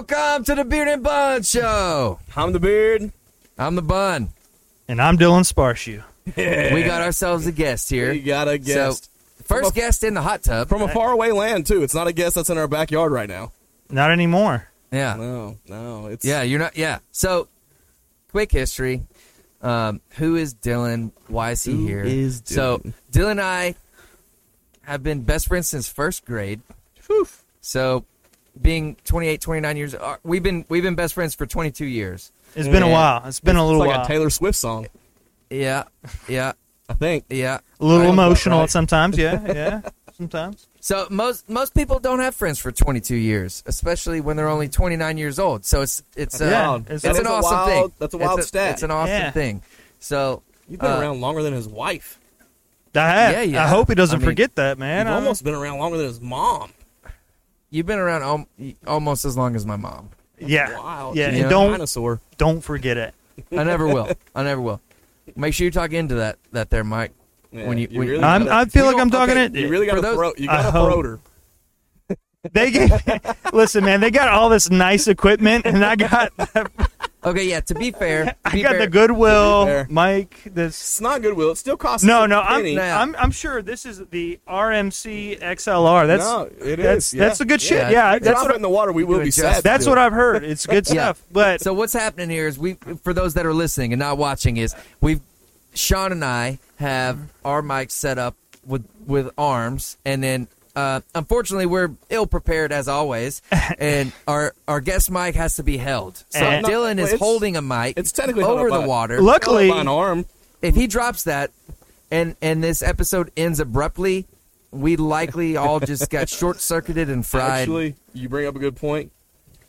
Welcome to the Beard and Bun Show. I'm the beard. I'm the bun. And I'm Dylan Sparshoe. We got ourselves a guest here. You got a guest So, first guest in the hot tub. from a faraway land too. It's not a guest that's in our backyard right now. Not anymore. yeah. No, no. It's Yeah, you're not. Yeah. So, quick history. Um, who is Dylan? Why is he Who here? is So, Dylan? Dylan and I have been best friends since first grade. Whew. So, being 28, 29 years, uh, we've been we've been best friends for 22 years. It's been a Yeah. while. It's been a It's little like while. a Taylor Swift song, Yeah, yeah, I think. yeah. a little Right. emotional Right. sometimes. Yeah, yeah. Sometimes. So most most people don't have friends for 22 years, especially when they're only 29 years old. So it's it's uh, Yeah, Wild. it's- it's an a awesome wild, thing. That's a It's wild stat. It's an awesome Yeah. thing. So You've been uh, around longer than his wife. I have. Yeah, yeah. I hope he doesn't I mean, forget that, man. You've I- almost been around longer than his mom. you've been around al- almost as long as my mom. yeah, Wow. yeah. she's And a don't dinosaur. don't forget it. I never will. I never will. Make sure you talk into that that there, Mike. Yeah, when you- when- really I'm, gotta- I feel We like I'm don't- talking Uh-huh. okay, it. you really got for to those- throat. You I got to hope- throat her. They gave. listen, man. They got all this nice equipment, and I got Okay, yeah. To be fair, to I be got fair, the Goodwill fair. Mike. This. It's not Goodwill. It still costs. No, a no. I'm, penny. Nah. I'm I'm sure this is the RMC XLR. That's no, it is. that's yeah. that's the good shit. Yeah, Yeah, If you that's drop what it in the water. We will Good be job. sad. that's what I've heard. It's good Yeah. stuff. But So what's happening here is we, for those that are listening and not watching, is we've Sean and I have our mics set up with with arms, and then uh, unfortunately we're ill prepared as always, and our our guest mic has to be held. So And- Dylan No, is it's- holding a mic. it's technically held over up the by- water. luckily, by an arm. If he drops that, and and this episode ends abruptly. We likely all just got short circuited and fried. Actually, you bring up a good point.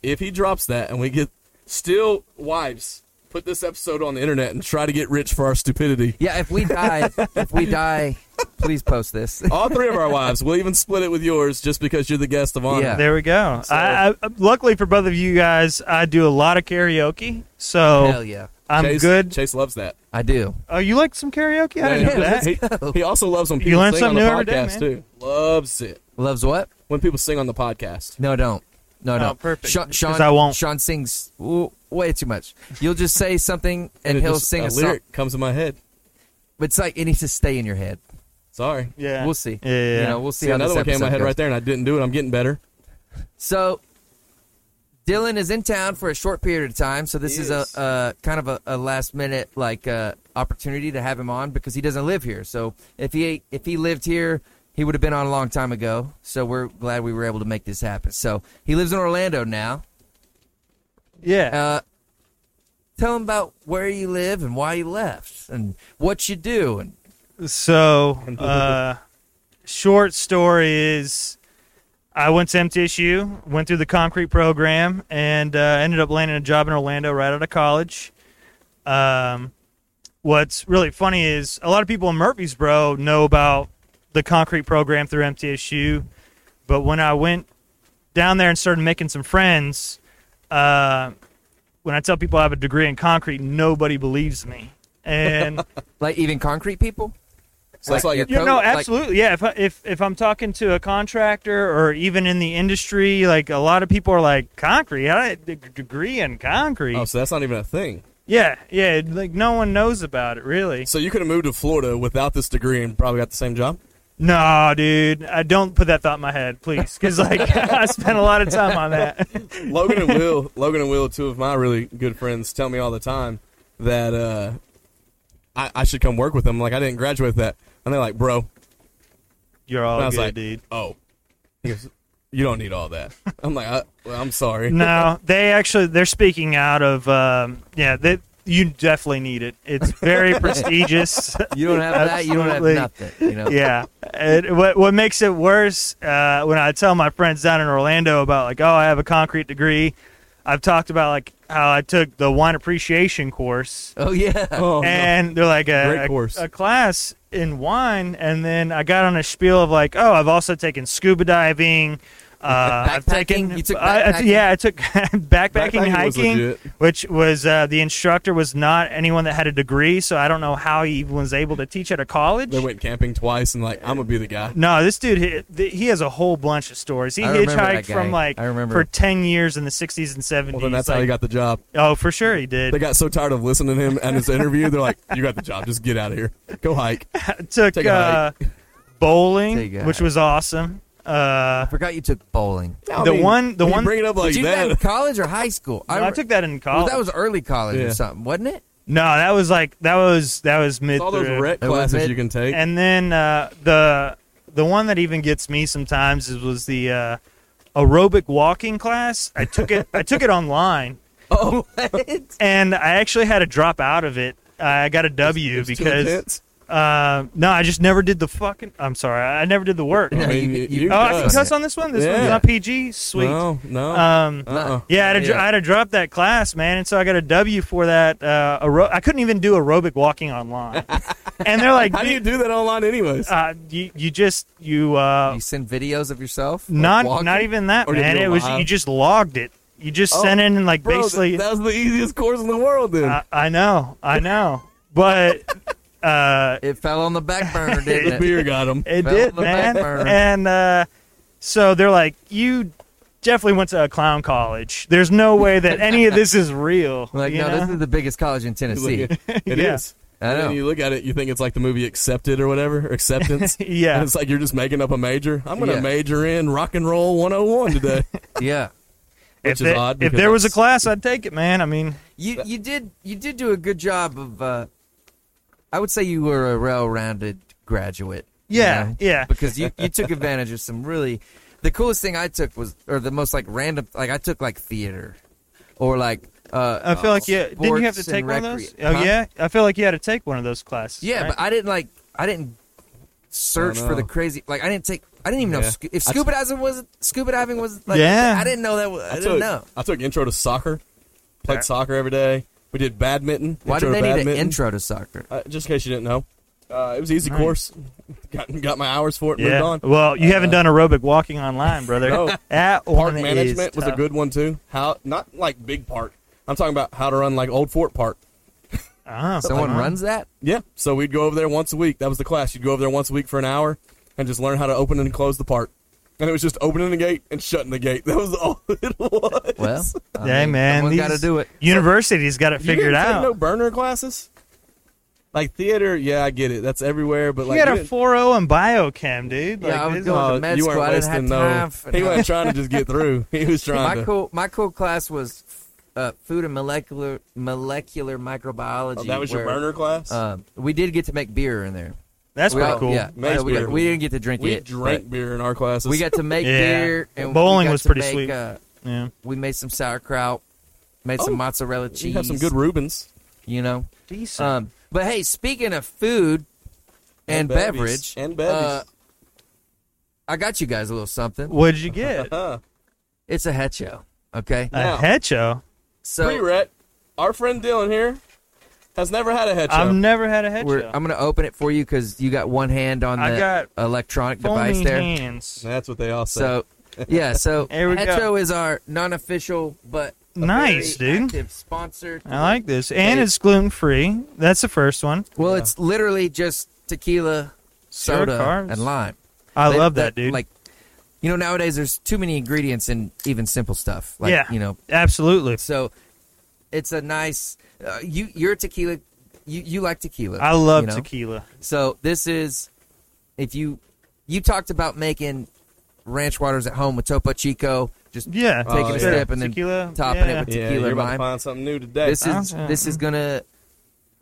If he drops that and we get still wives, put this episode on the internet and try to get rich for our stupidity. yeah, if we die, if we die, please post this. All three of our wives. We'll even split it with yours just because you're the guest of honor. Yeah. There we go. I, I, luckily for both of you guys, I do a lot of karaoke, so Hell yeah, I'm Chase, good. Chase loves that. I do. Oh, you like some karaoke? I didn't know Yeah, that. he, he also loves when You people learn sing on something the new every day, podcast too. Loves it Loves what? when people sing on the podcast. No, don't. No, Oh, don't. perfect. Sean, Sean, 'Cause I won't. Sean sings w- way too much. You'll just say something and, it he'll just- sing a, song. lyric comes in my head. But it's like it needs to stay in your head. Sorry. Yeah, We'll see. Yeah, yeah, You yeah. know, we'll see, See, how another this one came in my episode head goes. right there, and I didn't do it. I'm getting better. So, Dylan is in town for a short period of time. So this He is a, is. a kind of a, a last minute like uh, opportunity to have him on because he doesn't live here. So if he if he lived here, he would have been on a long time ago. So we're glad we were able to make this happen. So he lives in Orlando now. yeah. Uh, tell them about where you live and why you left and what you do. And So, uh, short story is I went to MTSU, went through the concrete program, and uh, ended up landing a job in Orlando right out of college. Um, what's really funny is a lot of people in Murfreesboro know about the concrete program through MTSU, but when I went down there and started making some friends, uh, when I tell people I have a degree in concrete, nobody believes me. And like even concrete people. So that's Like, like you're- your Yeah, pro- no, like- absolutely. yeah, if, I- if if I'm talking to a contractor or even in the industry, like a lot of people are like concrete. I had a degree in concrete. Oh, so that's not even a thing. yeah, yeah. Like no one knows about it really. So you could have moved to Florida without this degree and probably got the same job. No, dude, I don't put that thought in my head, please, because like I spent a lot of time on that. Logan and Will, Logan and Will, two of my really good friends, tell me all the time that uh, I, I should come work with them. Like I didn't graduate with that, and they're like, "Bro," You're all and I was good, like, dude. "Oh, He goes, you don't need all that." I'm like, I, well, "I'm sorry." No, they actually they're speaking out of um, yeah. They, you definitely need it. It's very prestigious. You don't have that. You don't have Absolutely. nothing. You know. yeah. And what what makes it worse uh, when I tell my friends down in Orlando about like, oh, I have a concrete degree. I've talked about like how I took the wine appreciation course, Oh yeah. Oh, no. and they're like uh, a, Great a- course. a class in wine, and then I got on a spiel of like, oh, I've also taken scuba diving. Uh, I've taken, Backpacking? You took I- I- backpacking? yeah, I took backpacking, Backpacking was hiking, legit. which was uh, the instructor was not anyone that had a degree, so I don't know how he was able to teach at a college. They went camping twice, and like I'm gonna be the guy. No, this dude, he, th- he has a whole bunch of stories. He I remember that hitchhiked guy. from like I remember. for ten years in the '60s and '70s. Well, then that's how like- he got the job. Oh, for sure he did. They got so tired of listening to him and his interview, they're like, "You got the job. Just get out of here. Go hike." took Take a uh, Take a bowling, which hike. was awesome. Uh, I forgot you took bowling. I The one- the when you one- bring it up like Did you do that in that. college or high school? no, I, took that in well, college. that was early college Yeah. or something, wasn't it? no, that was like that was that was mid. It's all those through. rec It was classes mid- you can take. And then uh, the the one that even gets me sometimes is was the uh, aerobic walking class. I took it. I took it online, Oh, what? and I actually had to drop out of it. I got a W It's too because intense. uh, no, I just never did the fucking. I'm sorry, I never did the work. I No, mean, you- you, you- oh, I can does. cuss on this one. This Yeah. Oh. one's not PG. Sweet. No, no. Um, uh-uh. Yeah, I had, to, dr- I had to drop that class, man, and so I got a W for that. Uh, aero- I couldn't even do aerobic walking online, and they're like, How do you "Dude, do that online, anyways? uh, you, you just you uh, you send videos of yourself? like, not walking? not even that, Or did man. you It was live? you just logged it. You just Oh, sent in and like Bro, th- basically. that was the easiest course in the world. Then I, I know, I know, but uh, It fell on the back burner, the didn't it? beer got him. it Well, did, look at man. her. And uh, so they're like, you definitely went to a clown college. There's no way that any of this is real. Like, you no, know? this is the biggest college in Tennessee. It is. Yeah. I And then know. you look at it, you think it's like the movie Accepted or whatever, or Acceptance. Yeah. And it's like you're just making up a major. I'm going to Yeah. major in rock and roll 101 today. Yeah. which if is there- odd If because there was a that's- class, I'd take it, man. I mean, You you did you did do a good job of uh I would say you were a well-rounded graduate. you Yeah, know, yeah. Because you you took advantage of some really the coolest thing I took was or the most like random like I took like theater or like uh I feel like yeah. Didn't you have to sports and take one of those? recre- Oh Huh? yeah, I feel like you had to take one of those classes. Yeah, right? but I didn't like I didn't search Oh, for no. the crazy like I didn't take I didn't even know Yeah. scu- if I scuba diving was scuba diving was like Yeah. I didn't know that was, I, I didn't took, know. I took intro to soccer, played Yeah. soccer every day. We did badminton. Why intro did they to need an badminton. intro to soccer? Uh-huh. Uh, just in case you didn't know. Uh, it was an easy Nice. course. Got, got my hours for it, yeah. moved on. Well, you haven't uh, done aerobic walking online, brother. No. That Park one is management was a tough. good one, too. How Not like big park. I'm talking about how to run like Old Fort Park. Oh, Someone uh-huh. runs that? Yeah. So we'd go over there once a week. That was the class. You'd go over there once a week for an hour and just learn how to open and close the park. And it was just opening the gate and shutting the gate. That was all it was. Well, I Hey mean, man, someone these got to do it. Universities got it You didn't figured take out. No burner classes. Like theater, yeah, I get it. That's everywhere. But you like, had you a didn't- 4.0 in biochem, dude. Yeah, Like, I was this- going Oh, to med you school. weren't I didn't wasting have no. time. For He that. wasn't trying to just get through. He was trying my to. cool my cool class was uh, food and molecular molecular microbiology. Oh, that was your where, burner class. Uh, we did get to make beer in there. that's we pretty all- cool. Yeah, Makes yeah, we, beer. got, we didn't get to drink we it. drank beer in our classes. but We got to make Yeah. beer and we Bowling got was to pretty make, sweet. Uh, Yeah. we made some sauerkraut, made Oh, some mozzarella cheese. You have some good Rubens. you know. Decent. Um, but hey, speaking of food and, And bevies. beverage And bevies. uh, I got you guys a little something. What'd you get? a Huh. It's a hecho. Okay, Uh, Now- hecho. so Pre-ret. Our friend Dylan here has never had a head I've never had a We're, hecho. I'm gonna open it for you because you got one hand on I the got electronic Foamy device there. hands. That's what they all say. So yeah, so Here we Hetro go. is our non-official but a Nice, very dude. active sponsor. I like this, and Hey. it's gluten free. That's the first one. Well, Yeah. it's literally just tequila, Zero soda, carbs. and lime. I They- love that, they- dude. Like, you know, nowadays there's too many ingredients in even simple stuff. Like, Yeah. you know, absolutely. so it's a nice. Uh, you you're a tequila. You you like tequila. I love you know? tequila. So this is if you you talked about making ranch waters at home with Topo Chico, just Yeah, taking Oh, a yeah. step and then tequila, topping yeah. it with yeah, tequila you're and about lime. to find something new today. This is Awesome. this is gonna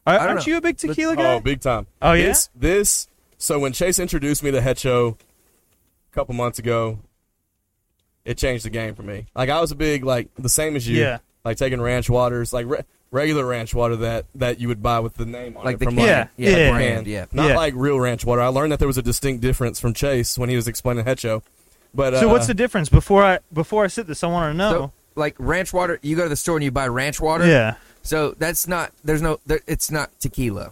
Are, don't aren't know. you a big tequila guy? Oh, big time. Oh, yeah? This, this so when Chase introduced me to Hecho a couple months ago, it changed the game for me. Like I was a big like the same as you. Yeah. Like taking ranch waters, like re- regular ranch water that that you would buy with the name on like it the from can, Yeah, yeah, yeah. brand, yeah. Not Yeah. like real ranch water. I learned that there was a distinct difference from Chase when he was explaining Hecho. But so uh, what's the difference? Before I before I sit this, I want to know. So, like ranch water, you go to the store and you buy ranch water. yeah, So that's not there's no there, it's not tequila.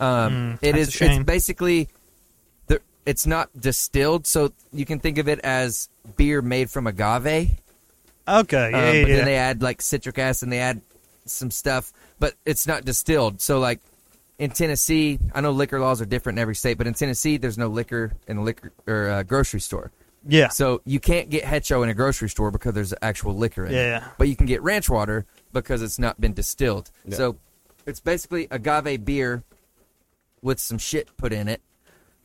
Um, Mm, it that's is a shame. it's basically the it's not distilled, so you can think of it as beer made from agave. Okay. Um, Yeah. but yeah, then yeah. they add like citric acid and they add some stuff, but it's not distilled. So like in Tennessee, I know liquor laws are different in every state, but in Tennessee, there's no liquor in a liquor or uh grocery store. yeah. So you can't get Hecho in a grocery store because there's actual liquor in it. Yeah. But you can get ranch water because it's not been distilled. Yeah. So it's basically agave beer with some shit put in it.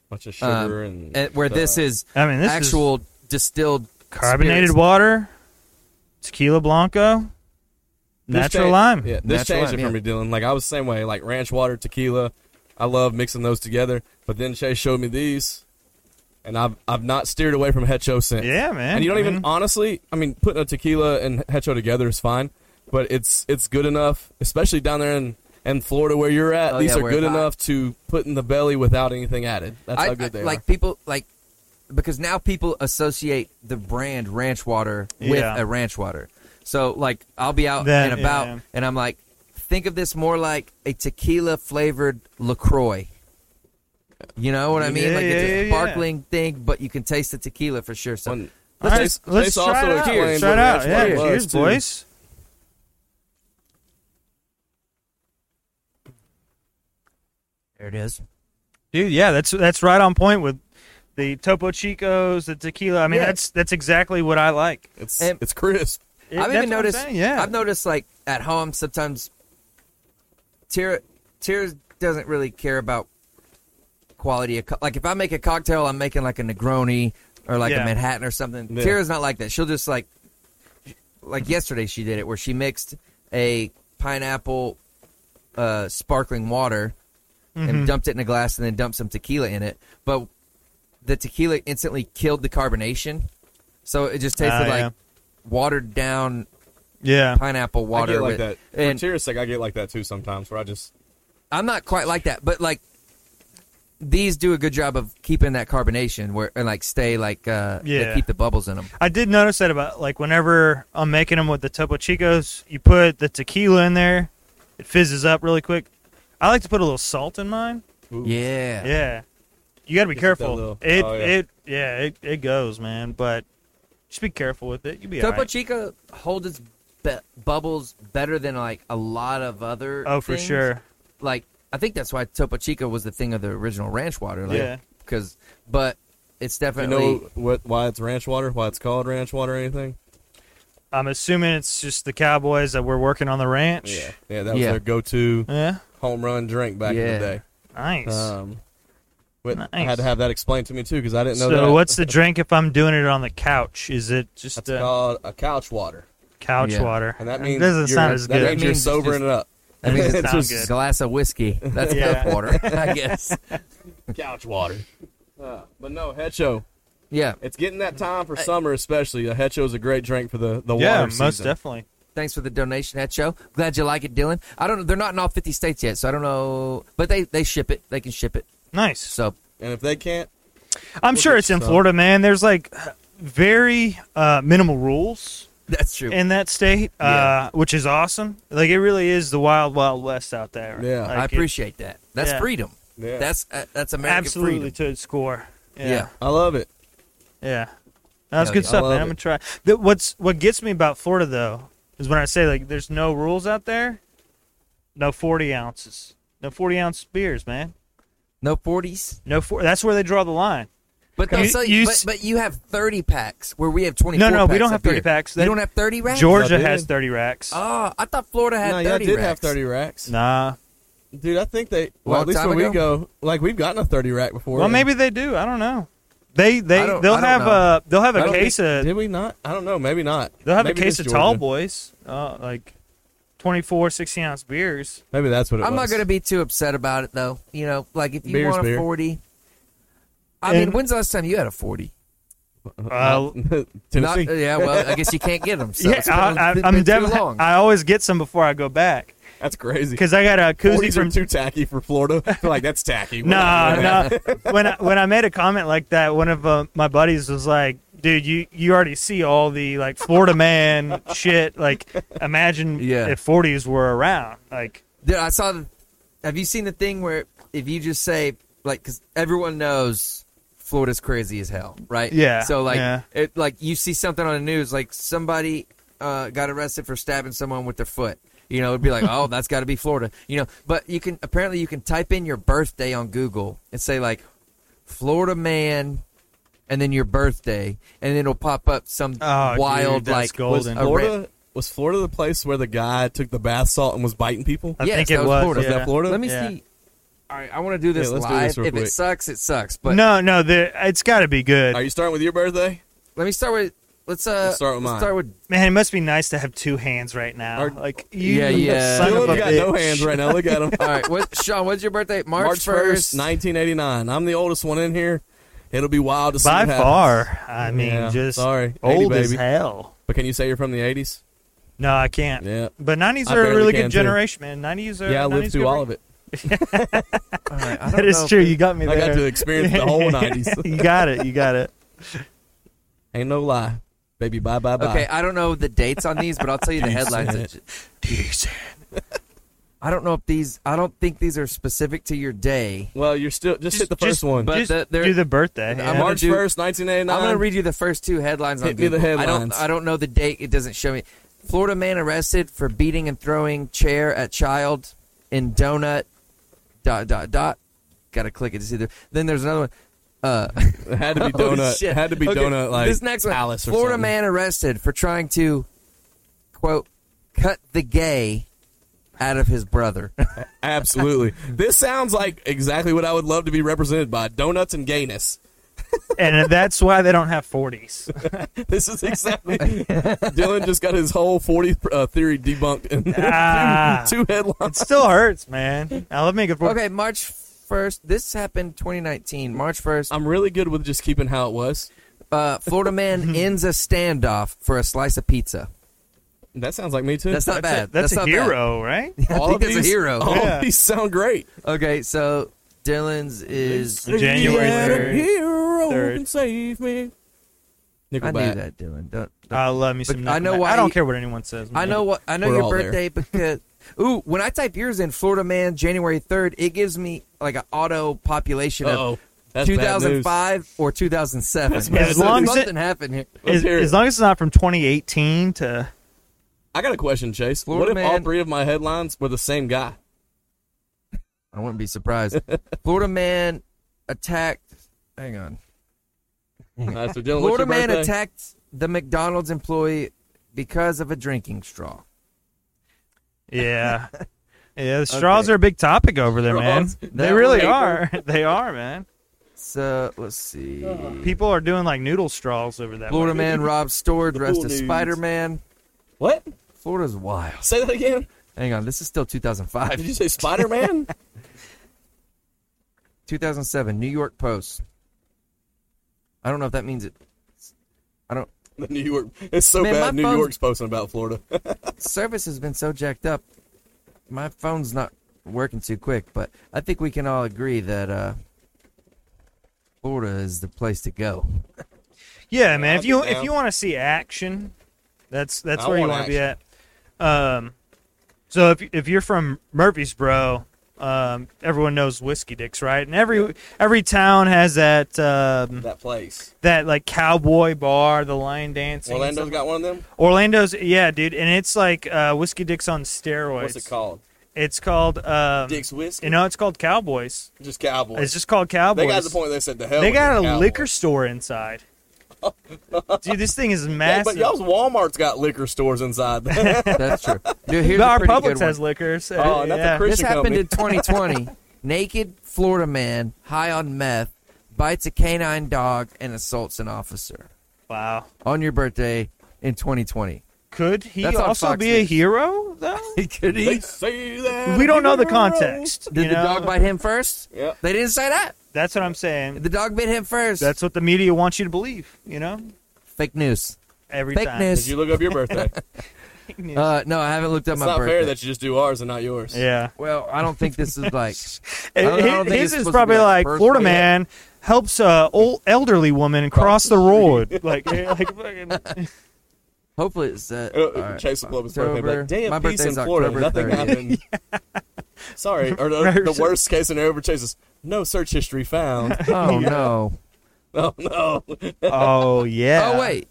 bunch of sugar um, and, and where this stuff. is I mean, this is- actual distilled Carbonated spirits. water, tequila blanco, This natural cha- lime. Yeah, this Natural changed lime, it for me, Dylan. Like I was the same way. Like ranch water, tequila. I love mixing those together. But then Chase showed me these, and I've I've not steered away from Hecho since. Yeah, man. And you don't I even mean- honestly. I mean, putting a tequila and Hecho together is fine, but it's it's good enough, especially down there in. And Florida, where you're at, Oh, these yeah, are where good it's hot. enough to put in the belly without anything added. That's I, how good I- they are. like people like because now people associate the brand ranch water with Yeah. a ranch water. So like I'll be out That- and about yeah. and I'm like think of this more like a tequila flavored LaCroix. You know what I mean? Yeah, like it's yeah, a yeah, sparkling thing, but you can taste the tequila for sure. So One- All right, Chase- let's Chase try it out. explained Let's try it what out. ranch Yeah, water was, cheers, too. boys. there it is. Dude, yeah, that's that's right on point with the Topo Chicos, the tequila. I mean, Yeah. that's that's exactly what I like. It's And- it's crisp. It- I've that's even what I'm noticed. saying, yeah, I've noticed like at home sometimes. Tira, Tira doesn't really care about quality of co- like if I make a cocktail, I'm making like a Negroni or like Yeah. a Manhattan or something. Yeah. Tira's not like that. She'll just like like yesterday she did it where she mixed a pineapple uh, sparkling water Mm-hmm. and dumped it in a glass and then dumped some tequila in it, but the tequila instantly killed the carbonation, so it just tasted Ah, like yeah. watered down yeah. pineapple water. I get like with- that. And For Tyrus, like I get like that too sometimes, where I just I'm not quite like that, but like these do a good job of keeping that carbonation where and like stay like uh they Yeah. keep the bubbles in them. I did notice that about like whenever I'm making them with the Topo Chicos, you put the tequila in there, it fizzes up really quick. I like to put a little salt in mine. ooh, Yeah. Yeah, you got to be Just that careful. little- it oh, yeah. it yeah it, it goes man, but just be careful with it. You'll be Topo alright. Chico holds its be- bubbles better than like a lot of other. oh for things. sure. Like I think that's why Topo Chico was the thing of the original ranch water. Like, Yeah. Because, but it's You definitely know what? Why it's ranch water? Why it's called ranch water? Or anything? I'm assuming it's just the Cowboys that were working on the ranch. Yeah, yeah. That was Yeah. their go-to Yeah. home run drink back Yeah. in the Nice. day. Um, but I Nice. had to have that explained to me too because I didn't know so that. what's the drink if I'm doing it on the couch? Is it just That's uh, called a couch water, couch Yeah. water? and that It means doesn't you're- sound as that good. means you're Means it's sobering just- it up. I mean, Doesn't it's sound just a good. glass of whiskey. That's Yeah. yeah. water, I guess. couch water. Uh, but no, Hecho. Yeah. It's getting that time for summer, especially. A Hecho is a great drink for the the yeah, water most season. definitely. Thanks for the donation at show. Glad you like it, Dylan. I don't know. They're not in all 50 states yet, so I don't know. But they, they ship it. They can ship it. Nice. So And if they can't, I'm We'll sure get it's in some. Florida, man. There's like very uh, minimal rules that's true. in that state, uh, Yeah. which is awesome. Like it really is the wild, wild west out there. Yeah. Like, I it- appreciate that. That's Yeah. freedom. yeah, That's uh, that's American absolutely freedom. to its core. Yeah. Yeah. I love it. Yeah. That's Hell good yeah. stuff, I man. love I'm gonna it. try. Th- what's what gets me about Florida though is when I say like there's no rules out there, no 40 ounces, no 40 ounce beers, man. No 40s. No, four, that's where they draw the line. But, You- no, so- you but s- but you have 30 packs where we have 24 No, no, we packs don't have up here. 30 packs. They- You don't have 30 racks? Georgia I did. has 30 racks. Oh, I thought Florida had no, 30 yeah, I did racks. have thirty racks. nah. Dude, I think they. Well, Long at least time where we ago? go, like we've gotten a thirty rack before. Well, maybe they do. I don't know. They they I don't- they'll I don't have know. a they'll have I a don't case think- of Did we not? I don't know. Maybe not. they'll have a Maybe case of just tall Georgia. boys, uh, like 24, 16 ounce beers. Maybe that's what it I'm was. not going to be too upset about it, though. You know, like if you Beer's want a beer. 40. I mean, And- when's the last time you had a 40? Uh, Not, Tennessee. yeah, well, I guess you can't get them. So yeah, it's been- I, it's I, been I'm too definitely. long. I always get some before I go back that's crazy. because I got a koozie 40s from are too tacky for Florida. They're like that's tacky. We're not No, doing no. When I, when I made a comment like that, one of uh, my buddies was like, "Dude, you you already see all the like Florida man shit. Like, imagine Yeah. if forties were around. Like, Dude, I saw. The, have you seen the thing where if you just say like, because everyone knows Florida's crazy as hell, right? Yeah, So like, yeah. it like you see something on the news, like somebody uh, got arrested for stabbing someone with their foot. You know, it'd be like, oh, that's got to be Florida. You know, but you can apparently you can type in your birthday on Google and say like, Florida man, and then your birthday, and it'll pop up some Oh, wild dude, that's like Was golden. a Florida rip. was Florida the place where the guy took the bath salt and was biting people? I Yes, think it that was was. Florida. Was yeah. that Florida? Let me Yeah. see. All right, I want to do this Yeah, let's do live. this real if quick. it sucks, it sucks. But no, no, the, it's got to be good. Are you starting with your birthday? let me start with let's uh Let's start with mine. start with Man, it must be nice to have two hands right now. Or- like you, Yeah, yeah. Son Dylan of a got bitch. no hands right now. Look at him. all right. What, Sean, what's your birthday? March March first, first. nineteen eighty nine. I'm the oldest one in here. It'll be wild to see. By what happens. far, I mean, Yeah, just sorry, 80, old as baby. hell. But can you say you're from the eighties? No, I can't. Yeah. But nineties I are a barely really can, good too. generation, man. Uh, Nineties are Yeah, I 90s lived through good all re- of it. That is true. You got me I there. got to experience the whole nineties. you got it. You got it. Ain't no lie, baby. Bye bye bye. Okay, I don't know the dates on these, but I'll tell you the headlines. that- I don't know if these. I don't think these are specific to your day. Well, you're still just, hit the Just- first one. but Just the- they're- do the birthday. I'm yeah. gonna March do- first, nineteen eighty I'm nine. going to read you the first two headlines on Hit me the Google. headlines. I don't. I don't know the date. It doesn't show me. Florida man arrested for beating and throwing chair at child in donut. Dot dot dot. Got to click it to see the. Then there's another one. Uh, It had to be Oh, donut. shit. It had to be Okay, donut. Like this next one, Alice or Florida something. man arrested for trying to quote cut the gay out of his brother. Absolutely. this sounds like exactly what I would love to be represented by donuts and gayness. and that's why they don't have forties. This is exactly. Dylan just got his whole forty uh, theory debunked in Ah. two it headlines. still hurts, man. I love me a good. okay, March first. This happened 2019, March first. I'm really good with just keeping how it was. Uh, Florida man ends a standoff for a slice of pizza. That sounds like me too. That's not That's bad. a, that's not a hero, right? Bad. I All think of that's a these- hero. All Yeah. of these sound great. Okay, so Dylan's is. January Let a third. hero Third. can save me. I Nickelback. knew that, Dylan. Don't, don't- I love me some. But I know Nickelback. why I don't you- care what anyone says. I man. know what I know Uh, We're your all there. birthday because ooh, when I type yours in Florida man January 3rd, it gives me like an auto population Uh-oh. of That's bad news. 2005 or 2007. bad As long news. as it- something happened here. Let's As, hear it. as long as it's not from 2018 to I got a question, Chase. Florida what if all man- three of my headlines were the same guy? I wouldn't be surprised. Florida man attacked Hang on. All right, so Dylan, what's Florida your man birthday? attacked the McDonald's employee because of a drinking straw. yeah, yeah. The straws are a big topic over there, man. Straws. They That really way. are. they are, man. So, let's see. People are doing like noodle straws over that. Florida way. man robbed store dressed cool as dudes. Spider-Man. What? Florida's wild. Say that again. Hang on, this is still 2005. Did you say Spider Man? 2007 New York Post. I don't know if that means it. I don't. the New York. It's so Man, my bad. New phone's- York's posting about Florida. Service has been so jacked up. My phone's not working too quick, but I think we can all agree that uh, Florida is the place to go. Yeah, man. If be you if down. you want to see action, that's that's I where you want want to be at. Um, so if if you're from Murfreesboro, um, everyone knows Whiskey Dicks, right? And every every town has that um, that place. that like cowboy bar, the lion dancing. and Orlando's got one of them. stuff. Orlando's, yeah, dude, and it's like uh, Whiskey Dicks on steroids. What's it called? It's called um, Dick's whiskey. You know, it's called Cowboys. just Cowboys. It's just called Cowboys. they got to the point. They said the hell. They with got the a Cowboys. liquor store inside. Dude, this thing is Yeah, massive. but y'all's Walmart's got liquor stores inside. oh, That's true. Dude, here's But a our pretty Publix good has one. Oh, liquor. So, not yeah. the Christian This happened company. in 2020. Naked Florida man high on meth bites a canine dog and assaults an officer Wow. on your birthday in 2020. Could he That's on also Fox be a News. hero, though? Could they say that we don't know the hero. context. Did you the know? dog bite him first? Yep. They didn't say that. That's what I'm saying. The dog bit him first. That's what the media wants you to believe, you know? fake news. Every Fake time. Did news. you look up your birthday? it's Fake news. Uh, no, I haven't looked up my not birthday. fair that you just do ours and not yours. yeah. well, I don't think this is like. I His, don't- I don't think it's his supposed is to be probably like like, birth- Florida yeah. man helps a old elderly woman cross the road. like, like fucking- Hopefully, it's that. Uh, Chase will blow up his birthday. be Like, October. Damn, My peace in birthday's Florida. October Nothing 30th. happened. Sorry. Or the, the worst case scenario for Chase is no search history found. Oh no! Oh no, Oh yeah. Oh wait.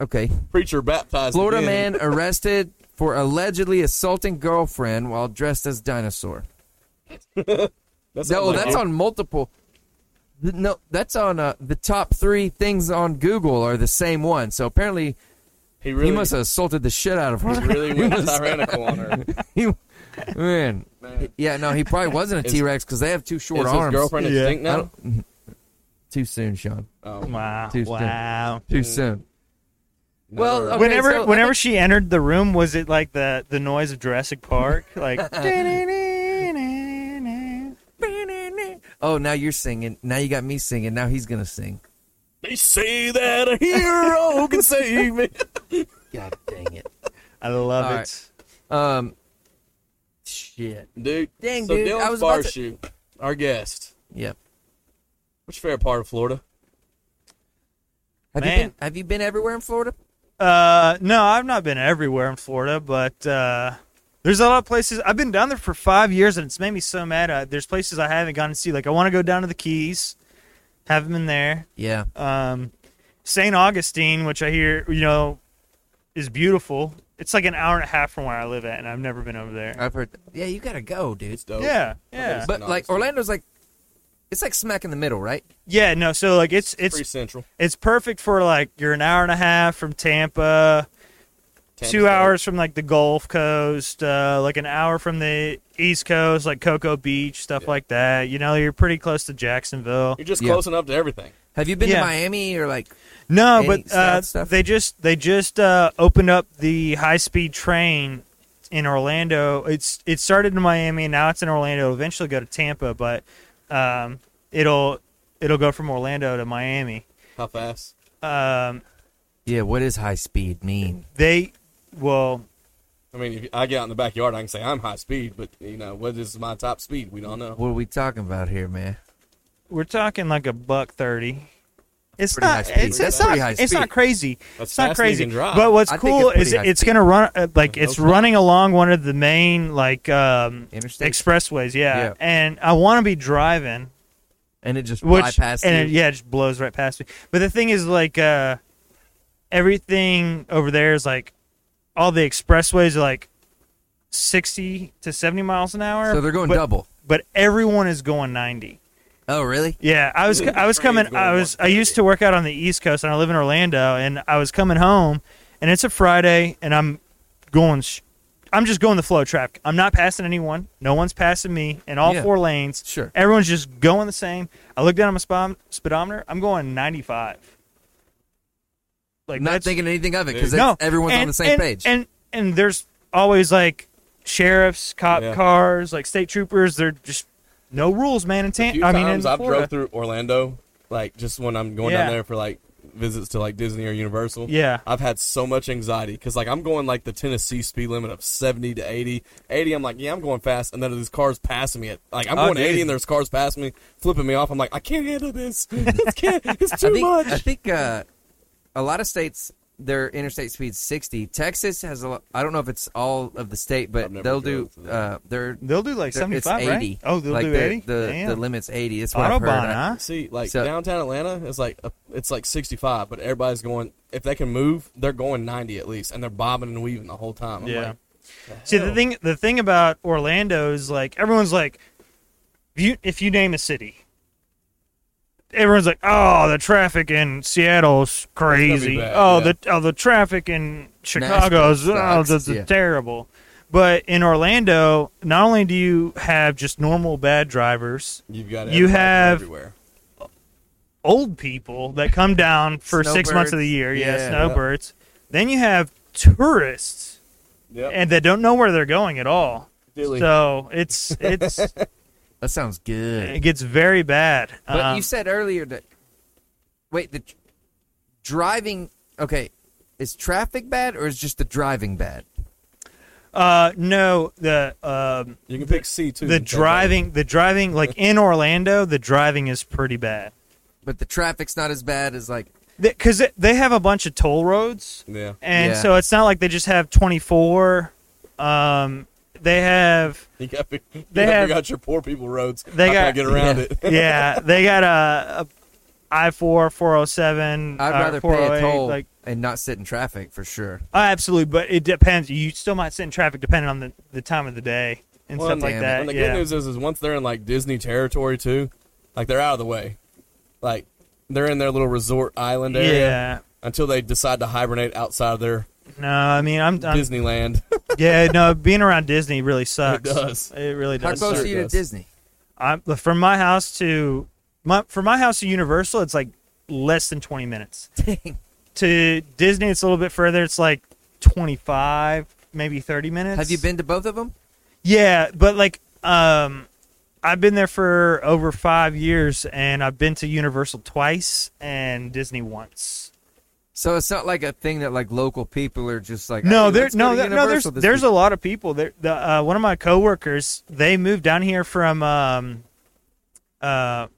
Okay. preacher baptized. Florida again. man arrested for allegedly assaulting girlfriend while dressed as dinosaur. That's No, not that's like- on multiple. th- No, that's on uh, the top three things on Google are the same one. So apparently He really, he must have assaulted the shit out of he her. really went tyrannical on her. He- man. yeah, no, he probably wasn't a Is- T Rex because they have two short Is his arms. girlfriend Yeah. extinct I now? don't- too soon, Sean. Oh, Wow. Too soon. Wow. Mm. Too soon. Well, never- okay, whenever so I whenever think- she entered the room, was it like the the noise of Jurassic Park? Like Oh, now you're singing. Now you got me singing. Now he's gonna sing. they say that a hero can save me. God dang it. I love All it. right. Um, shit. Dude, Dang, so dude, Dylan I was about to- Barshoe, our guest. Yep. What's your favorite part of Florida? Have Man. you been? Have you been everywhere in Florida? Uh, no, I've not been everywhere in Florida, but uh, there's a lot of places. I've been down there for five years, and it's made me so mad. I, there's places I haven't gone to see. Like I want to go down to the Keys, haven't been there. Yeah. Um, St. Augustine, which I hear you know is beautiful. It's like an hour and a half from where I live at, and I've never been over there. I've heard. Yeah, you gotta go, dude. It's dope. Yeah, Okay. yeah, But like Honestly. Orlando's like, it's like smack in the middle, right? yeah. No, so like it's It's pretty it's central. it's perfect for like you're an hour and a half from Tampa. Tampa two Bay. hours from like the Gulf Coast, uh, like an hour from the East Coast, like Cocoa Beach, stuff Yeah. like that. You know, you're pretty close to Jacksonville. You're just Yeah. close enough to everything. Have you been Yeah. to Miami or like? No, Any but south uh, stuff? they just they just uh, opened up the high speed train in Orlando. It's it started in Miami, and now it's in Orlando. It'll eventually go to Tampa, but um, it'll it'll go from Orlando to Miami. How fast? Um, Yeah. What does high speed mean? they well, I mean, if I get out in the backyard, I can say I'm high speed, but you know what is my top speed? We don't know. What are we talking about here, man? we're talking like a buck thirty. It's Pretty high not. speed. It's, That's it's not. pretty high It's not speed. crazy. That's it's not faster than you crazy. can drive. But what's I think cool it's pretty is high it, it's speed. going to run uh, like That's it's fine. running along one of the main like um, Interstate. expressways. Yeah. Yeah. and I want to be driving, and it just which bypassed and you. It, yeah, it just blows right past me. But the thing is, like uh, everything over there is like all the expressways are like sixty to seventy miles an hour. So they're going but, double. but everyone is going ninety. Oh, really? Yeah, I was Ooh, I train's was coming. going I was I 130. used to work out on the East Coast, and I live in Orlando. And I was coming home, and it's a Friday, and I'm going. Sh- I'm just going the flow of traffic. I'm not passing anyone. No one's passing me in all Yeah. four lanes. Sure. Everyone's just going the same. I look down at my spom- speedometer. I'm going 95. Like Not that's- thinking anything of it because Dude. no, everyone's on and- the same and- page. And and there's always like sheriffs, cop Yeah. cars, like state troopers. They're just no rules, man. In A Tam- few I mean, times in I've Florida. drove through Orlando, like just when I'm going down Yeah. there for like visits to like Disney or Universal. Yeah. I've had so much anxiety because like I'm going like the Tennessee speed limit of 70 to 80. 80, I'm like, yeah, I'm going fast, and then there's cars passing me. At, like I'm Oh, going 80, dude. and there's cars passing me, flipping me off. I'm like, I can't handle this. This can't, it's I too think, much. I think uh, a lot of states their interstate speed's 60. Texas has a lot. I don't know if it's all of the state, I've but never they'll do. drove to that. Uh, their They'll do like their- it's 75, 80. right? Oh, they'll like do the, 80? The, Damn. the limit's 80. That's what I've heard. Autobahn, I- huh? See, like So- downtown Atlanta is like a, it's like 65, but everybody's going. If they can move, they're going 90 at least, and they're bobbing and weaving the whole time. I'm like, See the hell? thing the thing about Orlando is like everyone's like if you if you name a city everyone's like oh the traffic in Seattle's crazy. bad, oh yeah. the oh the traffic in Chicago's oh sucks, that's yeah. terrible. But in Orlando, not only do you have just normal bad drivers, you've got everybody You from have- everywhere. old people that come down for six months of the Snowbirds. year, yeah, Yeah. snowbirds. Then you have tourists Yep. and they don't know where they're going at all. Dilly. So it's it's That sounds good. it gets very bad. But Um, you said earlier that. Wait, the tr- driving. Okay, is traffic bad or is just the driving bad? uh, no, the um, you can pick C too. the driving, the driving, like in Orlando, the driving is pretty bad But the traffic's not as bad as like. because they, have a bunch of toll roads, Yeah, and Yeah. so it's not like they just have twenty four. Um, they have you got they They have- got your poor people roads. They How can I got- get around yeah. it. yeah, they got a, a I four, four oh seven. I'd rather pay a toll oh Like and not sit in traffic for sure. oh, absolutely, but it depends. You still might sit in traffic depending on the, the time of the day and Well, stuff and like damn it. that. And the yeah. good news is, is once they're in like Disney territory too, like they're out of the way. Like they're in their little resort island area yeah. until they decide to hibernate outside of their No, I mean I'm, I'm Disneyland. yeah, no, being around Disney really sucks. does. It really How does. close sir, are you to does. Disney? I'm from my house to my from my house to Universal. It's like less than twenty minutes. Dang. To Disney, it's a little bit further. It's like twenty five, maybe thirty minutes. Have you been to both of them? Yeah, but like, um, I've been there for over five years, and I've been to Universal twice and Disney once. So it's not like a thing that like local people are just like. No, "Hey, there, let's go no, to there, no. There's Universal this there's week." a lot of people. There, the, uh, one of my coworkers, they moved down here from um, uh,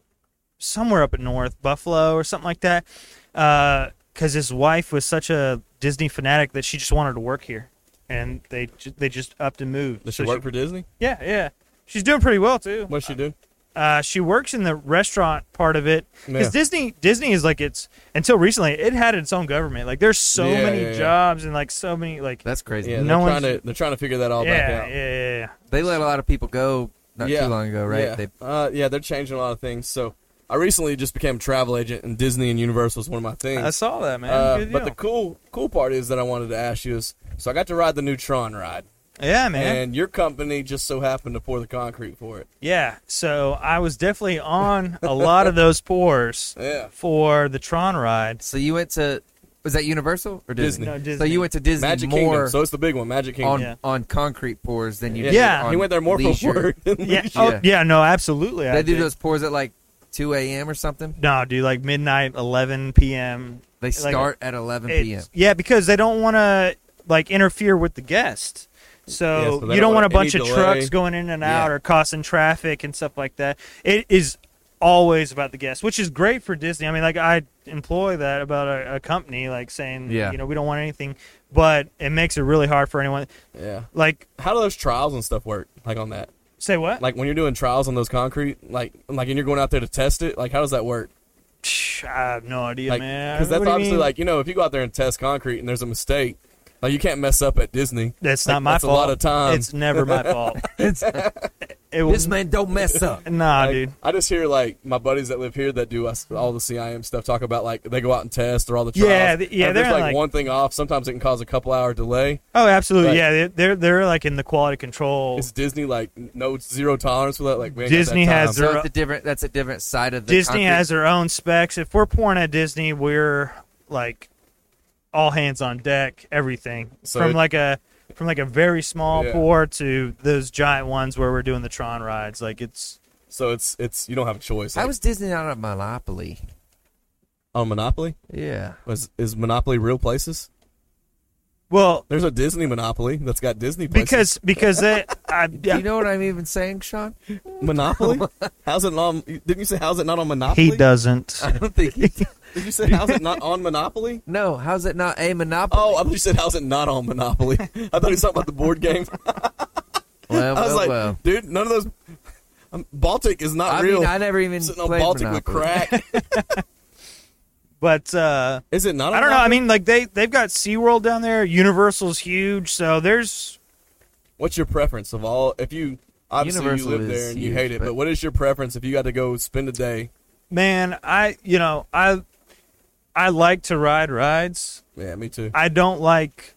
somewhere up at north, Buffalo or something like that, because his wife was such a Disney fanatic that she just wanted to work here, and they ju- they just upped and moved. Does she So work for Disney? yeah, yeah. She's doing pretty well too. What's she do? Uh, she works in the restaurant part of it because Yeah. Disney Disney is like it's until recently it had its own government. Like there's so Yeah, many yeah, yeah. jobs and like so many like That's crazy. Yeah, No they're one's- trying to they're trying to figure that all yeah, back out. yeah, yeah, yeah. They let a lot of people go not Yeah. too long ago, right? Yeah. They, Uh, yeah, they're changing a lot of things. So I recently just became a travel agent, and Disney and Universal is one of my things. I saw that man. Uh, Good but the deal. cool cool part is that I wanted to ask you is so I got to ride the new Tron ride, yeah, man. and your company just so happened to pour the concrete for it. yeah. So I was definitely on a lot of those pours Yeah, for the Tron ride. so you went to was that Universal or Disney? Disney. No, Disney. So you went to Disney Magic more Kingdom. So it's the big one, Magic Kingdom. on Yeah. on concrete pours than you did. Yeah. on he went there more leisure. for work. Than Yeah. leisure. Oh, yeah. No, absolutely. I They do did. those pours at like 2 a.m. or something. No, dude, like midnight, eleven p.m. They start at 11 It's- p.m. Yeah, because they don't want to like interfere with the guest. So, Yeah, so they you don't don't want want a bunch any of delay. trucks going in and out Yeah. or causing traffic and stuff like that. It is always about the guest, which is great for Disney. I mean, like I employ that about a, a company, like saying, Yeah. you know, we don't want anything, but it makes it really hard for anyone. yeah. Like, How do those trials and stuff work? Like on that, say what? like when you're doing trials on those concrete, like like and you're going out there to test it. Like how does that work? Psh, I have no idea, Like man. because that's What do you obviously mean? like you know if you go out there and test concrete and there's a mistake, like you can't mess up at Disney. that's like, not my that's a fault. lot of time. It's never my fault. it This was man don't mess up. nah, Like, dude. I just hear like my buddies that live here that do us all the CIM stuff talk about like they go out and test or all the trials. Yeah, th- yeah, And if there's they're in, like, like- one thing off. Sometimes it can cause a couple hour delay. Oh, absolutely. Like- yeah, they- they're they're like in the quality control. Is Disney like no zero tolerance for that? Like we ain't got Disney that time. has So They're- it's a different. That's a different side of the Disney concrete. has their own specs. If we're pouring at Disney, we're like all hands on deck, everything So from it- like a from like a very small Yeah. pour to those giant ones where we're doing the Tron rides. Like it's so it's it's you don't have a choice. Like, How is Disney not a monopoly? on Monopoly? Yeah. Was is Monopoly real places? well There's a Disney Monopoly that's got Disney places. because because they I, Do you know what I'm even saying, Sean? Monopoly? how's it not? Didn't you say how's it not on Monopoly? he doesn't. I don't think. He, Did you say how's it not on Monopoly? no. How's it not a monopoly? Oh, I thought you said how's it not on Monopoly. I thought he was talking about the board game. well, I was well, like, Oh, well. dude, none of those. Um, Baltic is not I real. mean, I never even Sitting on played Baltic monopoly. with crack. But uh, is it not? I don't know. I mean, like they they've got SeaWorld down there. Universal's huge, so there's What's your preference of all? If you obviously Universal you live is there and you huge, hate it, but- but, what is your preference if you got to go spend a day? man. I you know I I like to ride rides. Yeah, me too. I don't like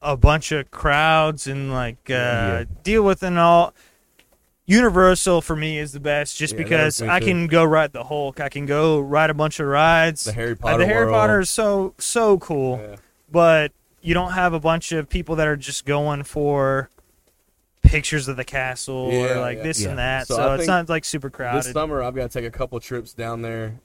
a bunch of crowds and like uh, Yeah. deal with and all. Universal for me is the best, just Yeah, that because was me I too. can go ride the Hulk. I can go ride a bunch of rides. The Harry Potter. Uh, the Harry world. Potter is so so cool, Yeah. but you don't have a bunch of people that are just going for pictures of the castle or Yeah, like yeah. this Yeah. and that. So, So I it's think not like super This crowded. summer, I've got to take a couple trips down there.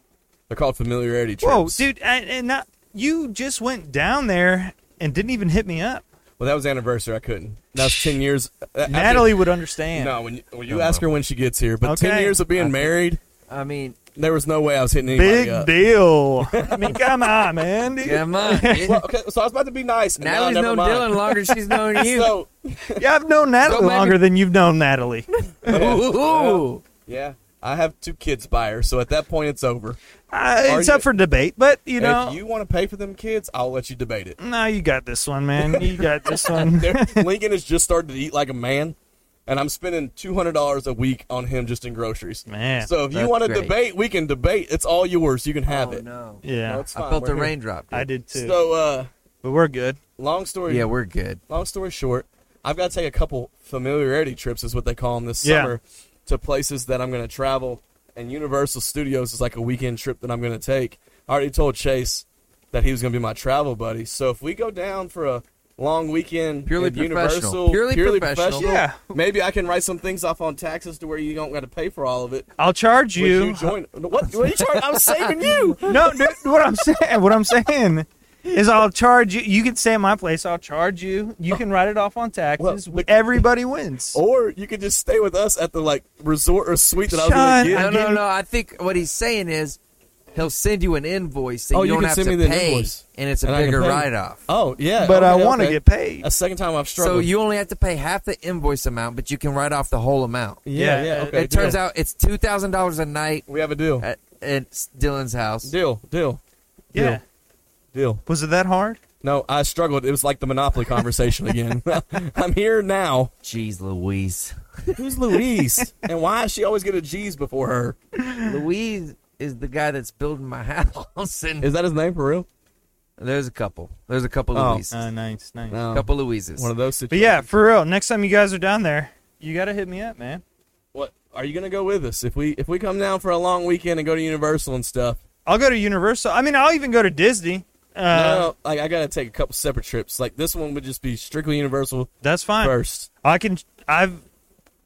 They're called familiarity trips. Whoa, dude! And, and not, you just went down there and didn't even hit me up. Well, that was anniversary. I couldn't. That was ten years. after- Natalie would understand. No, when you, when you No, ask no. her when she gets here, but ten Okay. years of being married, I mean, there was no way I was hitting anybody Big up. deal. I mean, come on, man. dude. come on. Well, okay, so I was about to be nice. And now, Natalie's never known mind. Dylan longer. than She's known you. So Yeah, I've known Uh, Natalie Don't make me- Oh, longer than you've known Natalie. Ooh. yeah, I I have two kids by her, so at that point it's over. Uh, Are it's you- up for debate, but you know, if you want to pay for them kids, I'll let you debate it. no, you got this one, man. You got this one. There- Lincoln has just started to eat like a man, and I'm spending two hundred dollars a week on him just in groceries. Man. so if you That's want to great. debate, we can debate. It's all yours. You can have Oh, it. no. yeah, it's I fine. felt We're the here. raindrop. dude. I did too. So, uh, but we're good. long story. Yeah, we're good. long story short, I've got to take a couple familiarity trips, is what they call them this Yeah. summer, to places that I'm going to travel. And Universal Studios is like a weekend trip that I'm going to take. I already told Chase that he was going to be my travel buddy. So if we go down for a long weekend, Purely at professional. Universal, Purely professional. Yeah. maybe I can write some things off on taxes to where you don't got to pay for all of it. I'll charge Would you. you join? What? what are you trying? I'm saving you. no, dude, what I'm saying, what I'm saying is, I'll charge you. You can stay at my place. I'll charge you. You can write it off on taxes. Well, Oh, the- Everybody wins. Or you could just stay with us at the like resort or suite that I was going Sean, to get. I No, no, didn't- no. I think what he's saying is he'll send you an invoice that Oh, you you don't can have send to me the pay, invoice, and it's a and I can bigger pay. write-off. Oh yeah, but I okay, want to okay. get paid. A second time I've struggled. So you only have to pay half the invoice amount, but you can write off the whole amount. yeah, Yeah, yeah, uh, okay. it turns out it's two thousand dollars a night we have a deal. at, at Dylan's house. Deal, deal, Yeah. deal, deal. Was it that hard? No, I struggled. It was like the Monopoly conversation again. I'm here now. Jeez, Louise. Who's Louise? and why does she always get a G's before her? Louise is the guy that's building my house, and Is that his name for real? there's a couple. There's a couple Oh. Louises. Uh, nice, nice. No. couple Louises. One of those But situations. yeah, for real. Next time you guys are down there, you gotta hit me up, man. What are you gonna go with us if we if we come down for a long weekend and go to Universal and stuff? I'll go to Universal. I mean, I'll even go to Disney. Uh, no, like I gotta take a couple separate trips. Like this one would just be strictly Universal that's fine. first. I can. I've.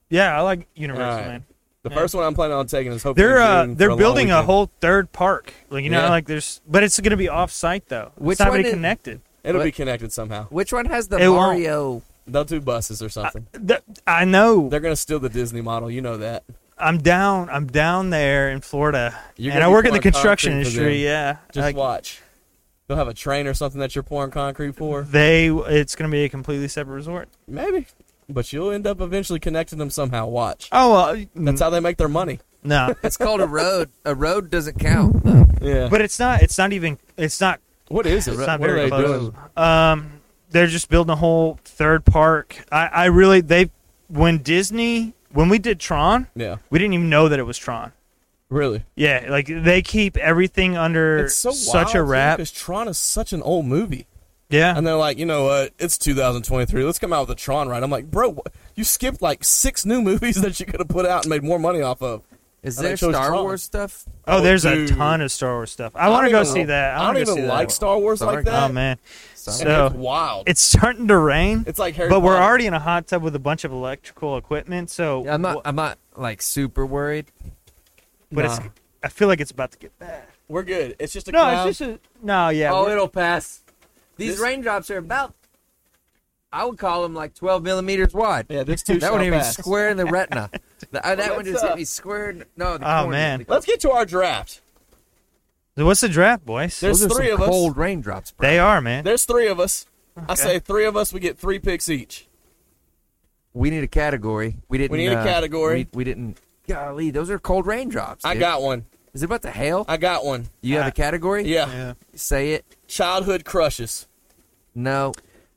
Yeah, I like Universal, All right. man. The Yeah. first one I'm planning on taking is hopefully They're uh, June for they're long building a weekend. whole third park. Like you know, Yeah. like there's, but it's gonna be off site though. Which it's not one gonna be is- connected. It'll What? be connected somehow. Which one has the It won't. Mario? They'll do buses or something. Th- I know. They're gonna steal the Disney model. You know that. I'm down. I'm down there in Florida, You're and gonna I be work in the pouring construction concrete for industry. them. Yeah, Just Like, watch. They'll have a train or something that you're pouring concrete for. they. It's gonna be a completely separate resort. Maybe, but you'll end up eventually connecting them somehow. Watch. Oh well, That's how they make their money. no. It's called a road. A road doesn't count. Yeah. But it's not. It's not even. It's not. what is it? It's What not are very they close. doing? Um, they're just building a whole third park. I, I really they when Disney when we did Tron, Yeah. we didn't even know that it was Tron. Really. Yeah, like they keep everything under It's so such a wrap. because Tron is such an old movie, Yeah, and they're like, you know what? It's 2023. Let's come out with a Tron ride. I'm like, bro, wh- you skipped like six new movies that you could have put out and made more money off of. Is And they there chose Star Tron. Wars stuff? Oh, Oh, there's dude. a ton of Star Wars stuff. I don't want to go even- see that. I wanna don't go even see that like one. Star Wars Sorry. like that. Oh man, Sorry. And So- it's wild. it's starting to rain. It's like Harry but we're Potter. already in a hot tub with a bunch of electrical equipment. So I'm not. wh- I'm not like super worried. But it's. Nah. I feel like it's about to get bad. We're good. It's just a No, cloud. it's just a. No, yeah. we're- it'll pass. Oh, These This- raindrops are about. I would call them like 12 millimeters wide. yeah, this too that shall one hit me pass. square in the retina. The- uh, that one let's, just hit uh, me square. In, no. The Oh, corner. man. The- Let's get to our draft. What's the draft, boys? There's Those are three some of us. cold raindrops, bro. they are man. There's three of us. I Okay. say three of us. We get three picks each. we need a category. We didn't. need a uh, category. We, we didn't. Golly, those are cold raindrops. I dude. got one. Is it about to hail? I got one. You have I- a category? Yeah. yeah. Say it. Childhood crushes. No,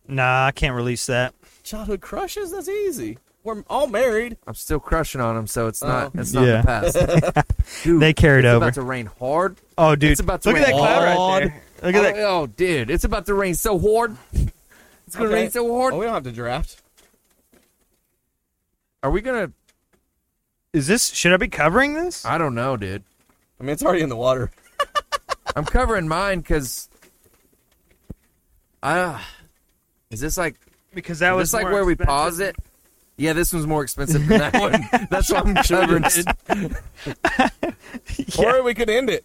Nah, I can't release that. Childhood crushes. That's easy. We're all married. I'm still crushing on them, so it's not. Oh. It's not Yeah. the past. Dude, They carried it's over. About to rain hard. Oh, dude! It's about to Look at that rain cloud hard. right there. Look at that. Oh, oh, dude, it's about to rain so hard. It's gonna Okay. rain so hard. Oh, we don't have to draft. Are we gonna? Is this? Should I be covering this? I don't know, dude. I mean, it's already in the water. I'm covering mine because. Uh, is this like Because that is was this like more where we expensive. pause it? Yeah, this one's more expensive than that one. That's why I'm covering it. Or we could end it.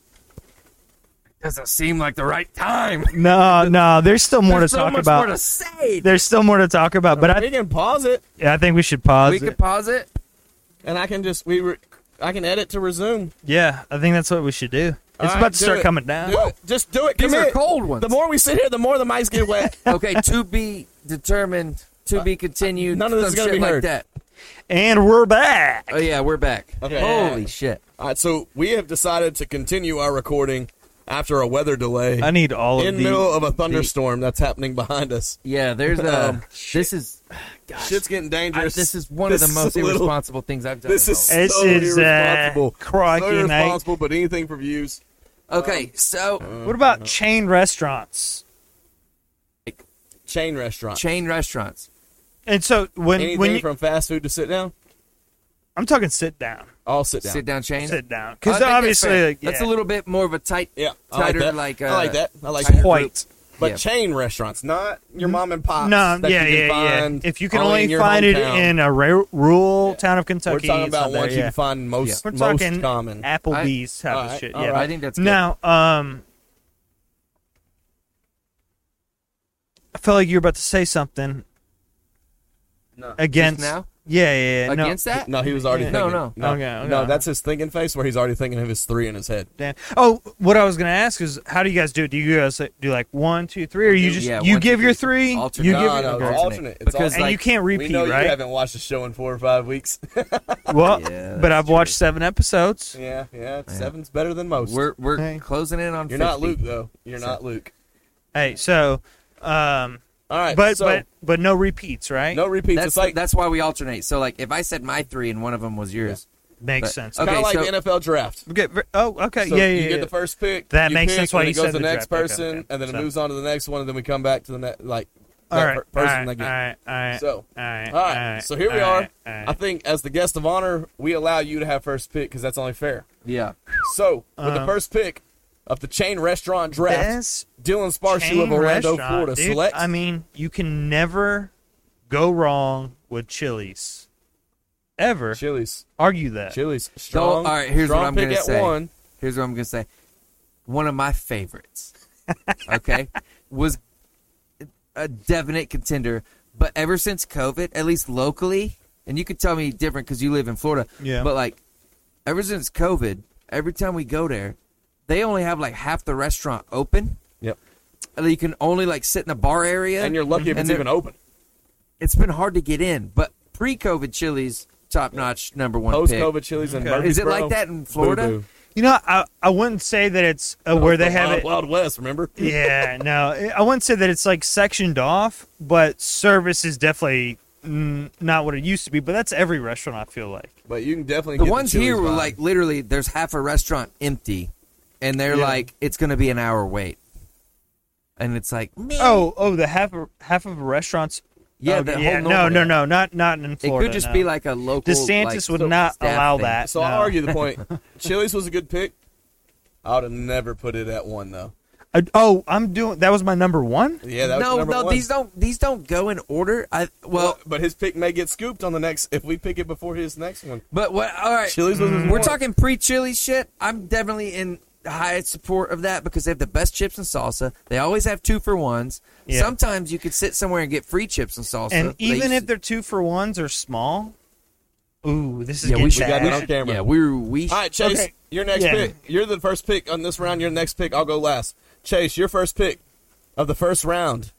Doesn't seem like the right time. No, no. There's still more There's to so talk much about. more to say. There's still more to talk about, but we I, can pause it, I think we should pause. We it. could pause it. and I can just we. Re- I can edit to resume. Yeah, I think that's what we should do. All it's right, about to do start it. coming down. Do it. Just do it. These Commit. are cold ones. The more we sit here, the more the mics get wet. okay, to be determined, to be continued. None of this some is gonna shit be like heard. that. And we're back. Oh yeah, we're back. Okay. Holy shit! All right, so we have decided to continue our recording after a weather delay I need all in of the. middle of a thunderstorm that's happening behind us. Yeah, there's a. Um, this is. Gosh, Shit's I- getting dangerous. this is one This of the most a little- irresponsible things I've done. This at is all. This so is, uh, irresponsible. crikey, so mate. irresponsible, but anything for views. um, okay. uh, So What about chain restaurants? Chain restaurant. chain restaurants. And so when anything when you, from fast food to sit down, I'm talking sit down, all sit down. Sit down chain. sit down, I because think that's obviously fair. like, yeah. that's a little bit more of a tight. Yeah, I tighter, like like, that. I like uh, that. I like tighter that. quite. Mm-hmm. But Yeah. chain restaurants, not your mom and pop. No, that yeah, you can yeah, yeah. find If you can only, only, in your find hometown. it in a ra- rural town of we're Kentucky, talking it's not about there, ones you yeah. can find most We're most talking common. Applebee's type of alright, shit. alright. Yeah. I think that's good. Now, um, I felt like you were about to say something No. against. now? Yeah, yeah, yeah. no. against that. No, he was already Yeah. No, thinking. no. no, Okay, okay. no. That's his thinking face where he's already thinking of his three in his head. Dan. Oh, what I was gonna ask is, how do you guys do it? Do you guys like, do like one, two, three, or you just Yeah, you one, two, give your three. three, Alternate. you No, give, no, okay. it's alternate. It's because and like, you can't we repeat, know you right? haven't watched the show in four or five weeks. Well, Yeah, but that's I've watched seven episodes. yeah, yeah, seven's better than most. we're we're Hey. closing in on. You're not 50. Luke though. You're not Luke. Hey, so, um, All right, but so, but but no repeats, right? no repeats. That's it's like that's why we alternate. So like, if I said my three and one of them was yours, makes but- sense. okay, kind of like so- the NFL draft. Okay, ver- Oh, okay, So yeah, yeah, you yeah, get yeah. the first pick. That you makes pick, sense why and you it goes said to the the next draft. Okay, person, okay. and then it So- moves on to the next one, and then we come back to the next like that All right, per- all person right, again. All right, all right, So, all right, All right, so here we all are. right, all right. I think as the guest of honor, we allow you to have first pick because that's only fair. yeah, So, with the Um, first pick of the chain restaurant draft, Best Dylan Sparshu of chain Orlando, restaurant, Florida dude. selects. I mean, you can never go wrong with Chili's. Ever Chili's, argue that? Chili's, strong. all right, here's strong what I'm pick gonna at say. one. here's what I'm gonna say. One of my favorites, okay, was a definite contender. But ever since COVID, at least locally, and you could tell me different because you live in Florida. Yeah. But like, ever since COVID, every time we go there, they only have like half the restaurant open. Yep. And You can only like sit in the bar area, And you're lucky if And it's they're- even open. it's been hard to get in, but pre-COVID Chili's top-notch number one Post pick. COVID Chili's in Okay. Murfreesboro. Is it like that in Florida? Boo-boo. You know, I I wouldn't say that it's uh, where they The have Wild, it. Wild West, remember? yeah, no, I wouldn't say that it's like sectioned off, but service is definitely mm, not what it used to be. But that's every restaurant. I feel like. But you can definitely The get ones Chili's here were vibe. like literally there's half a restaurant empty, and they're Yeah. like it's going to be an hour wait, and it's like man, Oh, oh, the half of, half of restaurants. yeah, oh, the whole yeah, no, Norfolk- no, no, not not in It Florida. could just no. be like a local. DeSantis like, would not staff allow thing. that. So no. I'll argue the point. Chili's was a good pick. I would have never put it at one though. I- oh, I'm doing. That was my number one. Yeah, that was no, number no, one. these don't these don't go in order. I well, Well, but his pick may get scooped on the next if we pick it before his next one. but what? All right, Chili's was his Mm. We're one. talking pre-chili shit. I'm definitely in high support of that because they have the best chips and salsa. They always have two for ones. Yeah. Sometimes you could sit somewhere and get free chips and salsa. And They even used if they're two for ones or small, ooh, this is Yeah, we getting should- We got that bad. on to- camera. yeah, we were we. All right, Chase, Okay. your next Yeah. pick. You're the first pick on this round. Your next pick. I'll go last. Chase, your first pick of the first round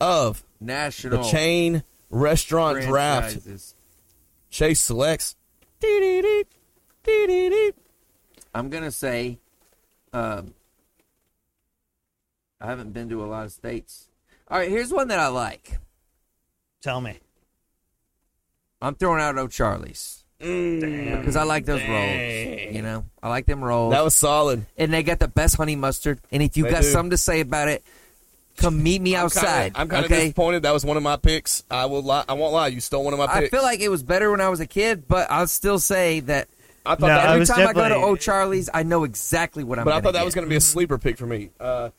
of the national chain restaurant draft. franchises. Chase selects. I'm gonna say, um, I haven't been to a lot of states. All right, here's one that I like. Tell me. I'm throwing out O'Charlie's Mm. because I like those rolls. You know, I like them rolls. That was solid. and they got the best honey mustard. And if you They got do. something to say about it, come meet me outside. I'm kind of okay. disappointed. That was one of my picks. I will. Lie. I won't lie. You stole one of my I picks. feel like it was better when I was a kid, but I'll still say that I thought No, that I every was time I go to definitely- O'Charlie's, I know exactly what I'm. but I gonna thought that get. was going to be a sleeper pick for me. Uh,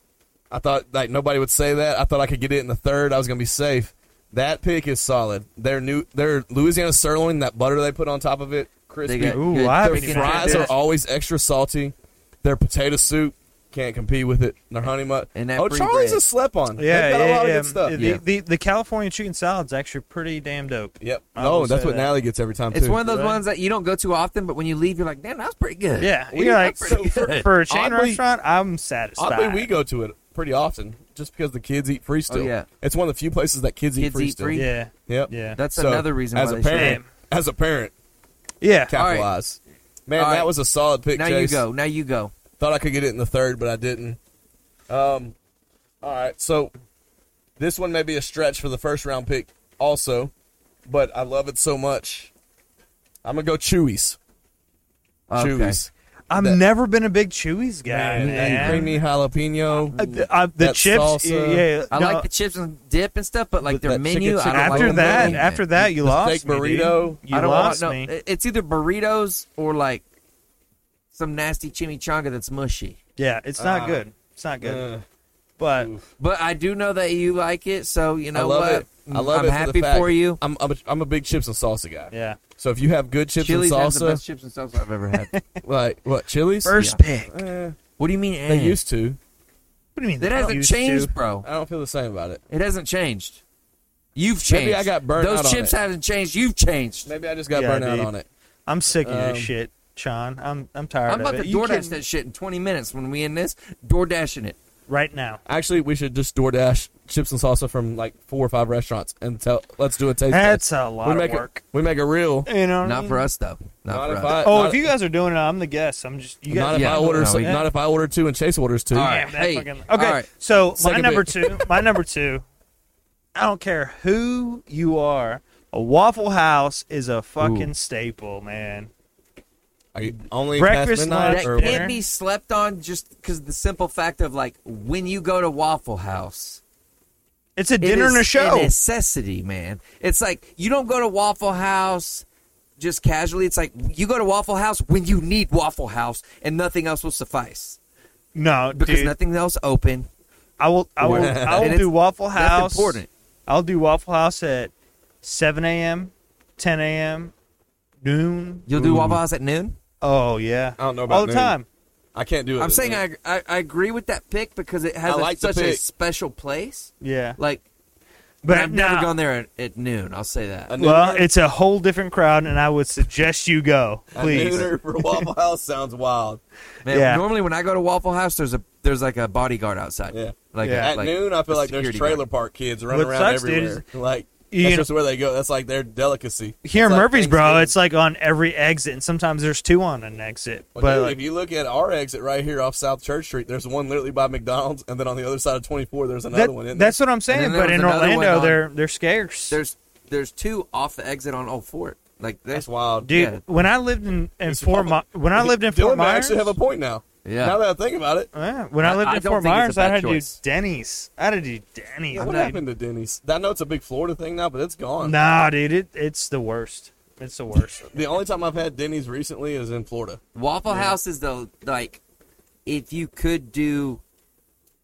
I thought like nobody would say that. I thought I could get it in the third. I was going to be safe. That pick is solid. Their new, their Louisiana sirloin, that butter they put on top of it, crispy. got Ooh, good I haven't Their even fries had are this. always extra salty. Their potato soup can't compete with it. Their honey mustard. And that oh, free Charlie's bread. a slep on. Yeah, They've got yeah, a lot yeah. of good stuff. The, Yeah. the the California chicken salad's actually pretty damn dope. Yep. I oh, will that's say what that. Natalie gets every time It's too. one of those Right. ones that you don't go to often, but when you leave, you're like, damn, that was pretty good. Yeah, We you're got like pretty for, good. for a chain Oddly- restaurant, I'm satisfied. Oddly, we go to it pretty often. just because the kids eat free still. Oh, yeah. It's one of the few places that kids, eat Kids free eat still. free? Yeah. Yep. Yeah. That's So, another reason as why a they should- parent, as a parent, Yeah. right. capitalize. Man, All right. that was a solid pick. Now Chase. you go. Now you go. Thought I could get it in the third, but I didn't. Um, all right, so this one may be a stretch for the first round pick, also, but I love it so much. I'm gonna go Chewies. Okay. Chewies. I've That- never been a big Chewy's guy. Man, Man, that creamy jalapeno. Uh, th- uh, the that chips. salsa. Yeah. I no, like the chips and dip and stuff, but like With their that chicken menu, I chicken don't like uh, after the that, menu. after that, you lost steak me, dude. burrito. You I don't lost want, me. No, it- it's either burritos or like some nasty chimichanga that's mushy. yeah, it's not Ah. good. It's not good. Uh, but oof. But I do know that you like it, so you know I love what? it. I love am it. for, happy the fact- for you. I'm I'm a, I'm a big chips and salsa guy. yeah, So if you have good chips Chili's and has the salsa, best chips and salsa I've ever had. like what Chili's? first pick. What Eh, what do you mean? they eh? used to. do you mean? That they hasn't used to? changed, bro. I don't feel the same about it. It hasn't changed. You've changed. Maybe I got burnt Those out on chips it. haven't changed. You've changed. Maybe I just got Yeah, burnt out dude. on it. I'm sick of Um, this shit, Sean. I'm I'm tired I'm of about it. to You DoorDash can- that shit in 20 minutes when we end this. Door dashing it. right now. Actually, we should just DoorDash chips and salsa from like four or five restaurants and tell. Let's do a taste That's test. a lot we of make work. A, we make a reel. you know, what I Not mean? for us though. Not, Not for if us. I- Oh, Not- if you guys are doing it, I'm the guest. I'm just you Not guys. if yeah, I order. no, some, we- Not if I order two and Chase orders two. All Damn, right, that hey, fucking- all okay. right. So my Second number pick. two, my number two. I don't care who you are. A Waffle House is a fucking Ooh. staple, man. Are you only Breakfast, past midnight, lunch, or dinner. that can't be slept on just because the simple fact of like when you go to Waffle House, It's a it dinner and a is show. necessity, man. It's like you don't go to Waffle House just casually. It's like you go to Waffle House when you need Waffle House and nothing else will suffice No, because dude, nothing else open. I will. I will. I And will do it's- Waffle House. That's important. I'll do Waffle House at 7 a.m., 10 a.m., noon. You'll Mm. do Waffle House at noon. Oh yeah, I don't know about all the noon. time. I can't do it. I'm saying I, I I agree with that pick because it I has a- like the such a pick. special place. Yeah, Like, but I've never nah. gone there at, at noon. I'll say that. A Well, nooner? it's a whole different crowd, and I would suggest you go, A please. nooner for Waffle House sounds wild. Man, Yeah. normally when I go to Waffle House, there's a there's like a bodyguard outside. Yeah. Like Yeah. a- At like noon, I a feel like there's security trailer guard. park kids running What around sucks, dude, everywhere. like you that's know- just where they go. That's like their delicacy. Here It's in like Murfreesboro, Thanksgiving. it's like on every exit, and sometimes there's two on an exit. Well, but dude, like, if you look at our exit right here off South Church Street, there's one literally by McDonald's, and then on the other side of 24, there's another that- one. Isn't that's what I'm saying. And then there But was in another one Orlando, on- they're they're scarce. There's there's two off the exit on Old Fort. Like there? that's that's wild. dude. yeah. When I lived in, in It's Fort, Mi- wild. when I lived in Dylan Fort may Myers, actually have a point now. Yeah. Now that I think about it, Yeah, when I, I- lived I in don't Fort think it's a Myers, I bad had choice. to do Denny's. I had to do Denny's. what dude. happened to Denny's? I know it's a big Florida thing now, but it's gone. Nah, dude, it, it's the worst. It's the worst. The only time I've had Denny's recently is in Florida. Waffle House is the like if you could do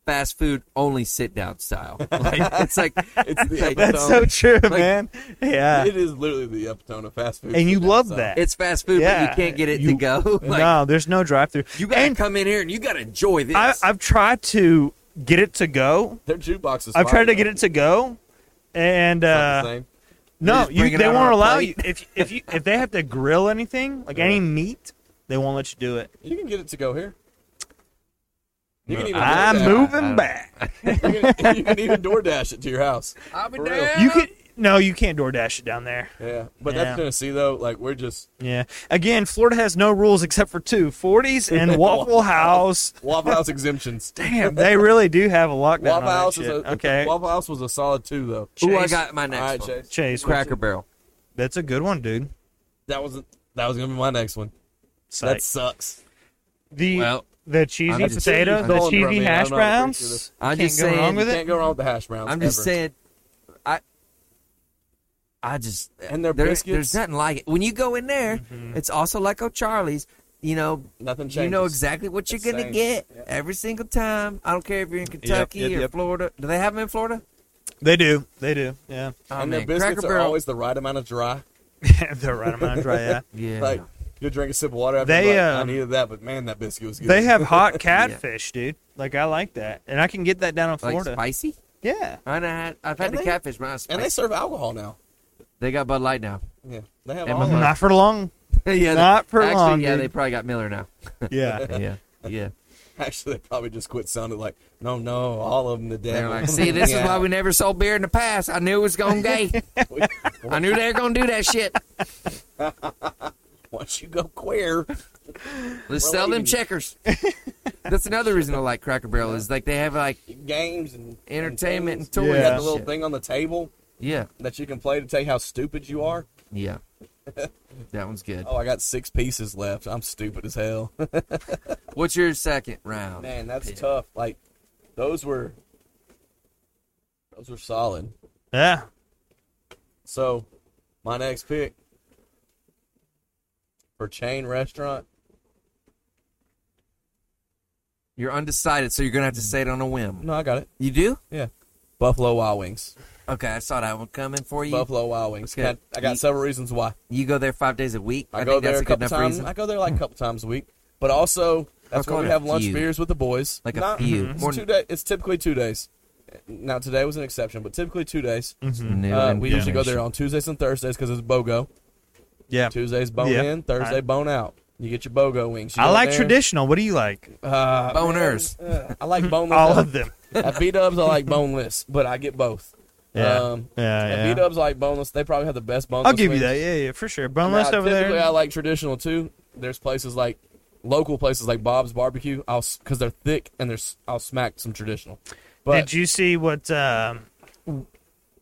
fast food only sit down style. Like, it's like It's the Like, epitome. That's so true, man. Yeah. um, It is literally the epitome of fast food. And you So- love that. it's fast food, Yeah. but you can't get it to You- go. Like, no, there's no drive through. You gotta come in here and you gotta enjoy this. I, I've tried to get it to go. Their jukebox is. I've fire, tried to though. get it to go, and It's not the uh, same. no, just you, bring it they out on won't a allow you plate. if if you if they have to grill anything like any meat, they won't let you do it. You can get it to go here. You can even I'm DoorDash- moving back. You can, you can even DoorDash it to your house. I'll be For real. down. You could no, you can't DoorDash it down there. Yeah, but Yeah. that's Tennessee though. Like we're just Yeah. Again, Florida has no rules except for two 40s and Waffle House. Waffle House exemptions. Damn, they really do have a lockdown on Waffle that House is shit. a, okay. Waffle House was a solid two though. Ooh, I Chase. got my All next right, one. Chase. Chase, Cracker Barrel. that's a good one, dude. That was that was gonna be my next one. Psych. That sucks. the Well, the cheesy I'm just- potato, I'm the just- cheesy I'm hash not appreciative. browns. I'm Can't just go wrong saying- with it. Can't go wrong with the hash browns. I'm just ever. saying, I, I just And their there- biscuits? There's nothing like it. When you go in there, it's also like O'Charlie's. You know, nothing changes. you know exactly what you're It's gonna same. get every single time. I don't care if you're in Kentucky yep, or yep. Florida. Do they have them in Florida? They do, they do. Yeah, Oh, And man, their biscuits Cracker are Barrel- always the right amount of dry. they're right on dry. Yeah, yeah. Like you drink a sip of water after. They, They, like, I um, needed that, but man, that biscuit was good. they have hot catfish, dude. Like I like that, and I can get that down in Like Florida. spicy. yeah, I know, I had, I've had And the they- catfish, but not and spicy. they serve alcohol now. They got Bud Light now. Yeah, they have And all my that. not for long. yeah, they- Not for actually, long, Yeah, dude. they probably got Miller now. Yeah, yeah, yeah. Actually, they probably just quit sounding like, no, no, all of them the They're devil. like, see, this is why we never sold beer in the past. I knew it was going gay. we. I knew they were going to do that shit. Once you go queer, Let's sell them Relating. checkers. That's another reason I like Cracker Barrel is like they have like games and entertainment and toys. things. Yeah. You got and the little shit. thing on the table Yeah, that you can play to tell you how stupid you are. yeah. That one's good. Oh, I got six pieces left. I'm stupid as hell. What's your second round? Man, that's pick? tough. Like, those were, those were solid. Yeah. So, my next pick for chain restaurant. You're undecided, so you're gonna have to say it on a whim. No, I got it. You do? Yeah, Buffalo Wild Wings. Okay, I saw that one coming for you. Buffalo Wild Wings. Okay. I, I got You- several reasons why. You go there five days a week. I, I, go think there that's a a good couple enough times. reason. I go there like a couple times a week, but also that's call where we it a have lunch few. beers with the boys. Like a Not- mm-hmm. few. It's More two than- day, It's typically two days. Now today was an exception, but typically two days. Mm-hmm. New Uh, we usually go invention. there on Tuesdays and Thursdays because it's BOGO. Yeah. Tuesdays bone Yeah. in, Thursday I- bone out. You get your BOGO wings. You I go like there, traditional. What do you like? uh, Boners. man, uh, I like boneless. All of them. At B Dubs, I like boneless, but I get both. Yeah. Um, Yeah, at yeah. B Dubs, I like boneless. They probably have the best boneless. I'll give you wings. that. Yeah, yeah, for sure. Boneless Now, over typically I there. like traditional too. There's places like local places like Bob's Barbecue. I'll because they're thick and there's I'll smack some traditional. But Did you see what um,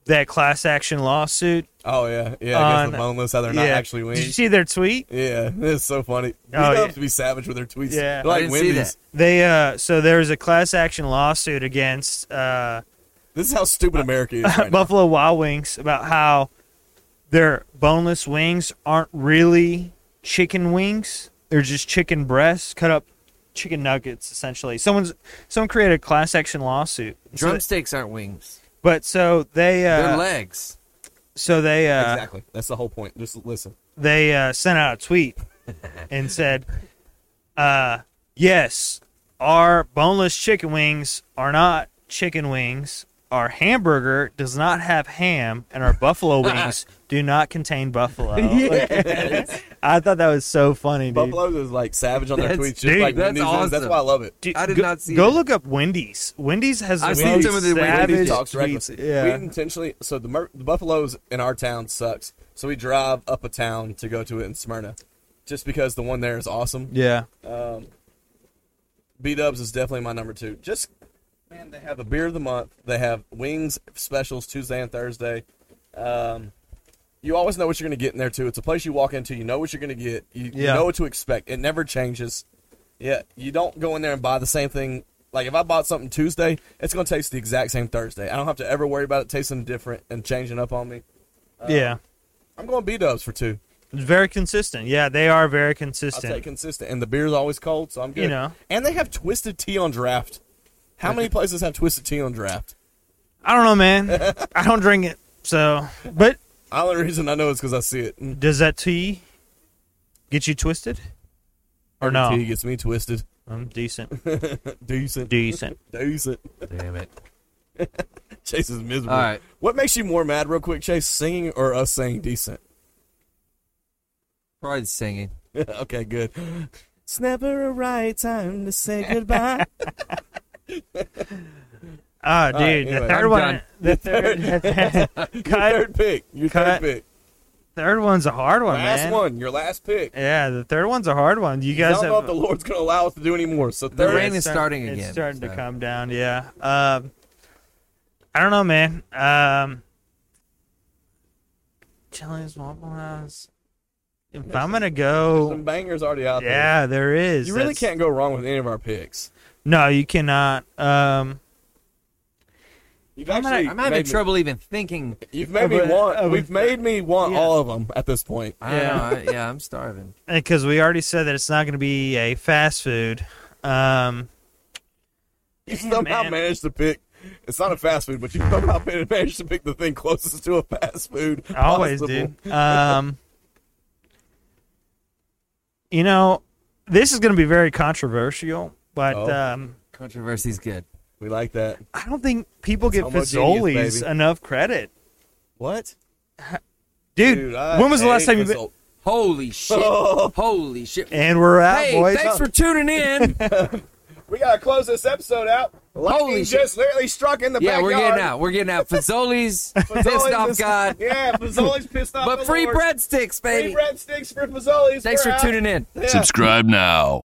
that class action lawsuit? oh yeah, yeah, I guess On- the boneless how they're not yeah. actually Did you wings. see their tweet? Yeah, it's so funny. People Oh, have yeah. to be savage with their tweets. Yeah. They're like I didn't see Wendy's. that. They uh, so there was a class action lawsuit against uh, This is how stupid America is. Right now. Buffalo Wild Wings about how their boneless wings aren't really chicken wings. They're just chicken breasts cut up chicken nuggets essentially. Someone's someone created a class action lawsuit. So- Drumsticks aren't wings. but so they They're uh, legs. so they uh, exactly. That's the whole point. Just listen. they uh, sent out a tweet and said, uh, "Yes, our boneless chicken wings are not chicken wings. Our hamburger does not have ham, and our buffalo wings do not contain buffalo." Like, I thought that was so funny, dude. Buffalo is like savage on their That's- tweets. Just dude, like that's Wendy's is. That's awesome. why I love it. Dude, I did go, not see Go that. look up Wendy's. Wendy's has I've the seen most some of the Wendy's savage Wendy's talks tweets. recklessly. We Yeah, intentionally so the Mer- the buffaloes in our town sucks. So we drive up a town to go to it in Smyrna, just because the one there is awesome. yeah. B Dubs is definitely my number two. Just man, they have a beer of the month. They have wings specials Tuesday and Thursday. Um, you always know what you're going to get in there too. It's a place you walk into. You know what you're going to get. You, you Yeah. know what to expect. It never changes. Yeah, you don't go in there and buy the same thing. Like if I bought something Tuesday, it's going to taste the exact same Thursday. I don't have to ever worry about it tasting different and changing up on me. yeah. I'm going B Dubs for two. It's very consistent. Yeah, they are very I'll consistent. take consistent, and the beer's always cold, so I'm good. You know. and they have twisted tea on draft. How many places have twisted tea on draft? I don't know, man. I don't drink it. So, but The only reason I know is because I see it. Mm. does that tea get you twisted? Or Tea no? gets me twisted. I'm decent. Decent. Decent. Decent. Damn it. Chase is miserable. All right. What makes you more mad, real quick, Chase? Singing or us saying decent? Probably singing. okay, good. It's never a right time to say goodbye. Ah, right, dude, the anyway, 3rd I'm one, done. the third, the third pick. Your Cut. third pick. third one's a hard one, Last Oh, man. one. Your last pick. Yeah, the third one's a hard one. You I guys don't know if have the Lord's going to allow us to do any more. So The third. rain is start- starting it's again, starting to so. come down. Yeah. Um, I don't know, man. Um, chilling is Waffle House. If I'm gonna Some go, bangers already out there. yeah, there is. You really That's- can't go wrong with any of our picks. No, you cannot. Um, You've actually I'm having made me- trouble even thinking. You've made me But- want. uh, we've made me want yeah. all of them at this point. I yeah. Know, I, yeah, I'm starving. because we already said that it's not going to be a fast food. Um, You somehow man. managed to pick. It's not a fast food, but you somehow managed to pick the thing closest to a fast food. I always possible. do. Um, you know, this is going to be very controversial, but Oh. um, Controversy's good. We like that. I don't think people give homogeneous, Fazoli's baby. enough credit, What? dude. I when was the last hate time you? Been- Grizzle. Holy shit. Holy shit. and we're out, Hey, boys. thanks for tuning in. we gotta close this episode out. Lightning Holy shit. just literally struck in the Yeah, backyard. we're getting out. We're getting out. Fazoli's pissed Fazoli's off is- God, Yeah, Fazoli's pissed off. but the free Lord. breadsticks, Free baby. breadsticks for Fazoli's. Thanks We're for out. tuning in. Yeah. Subscribe now.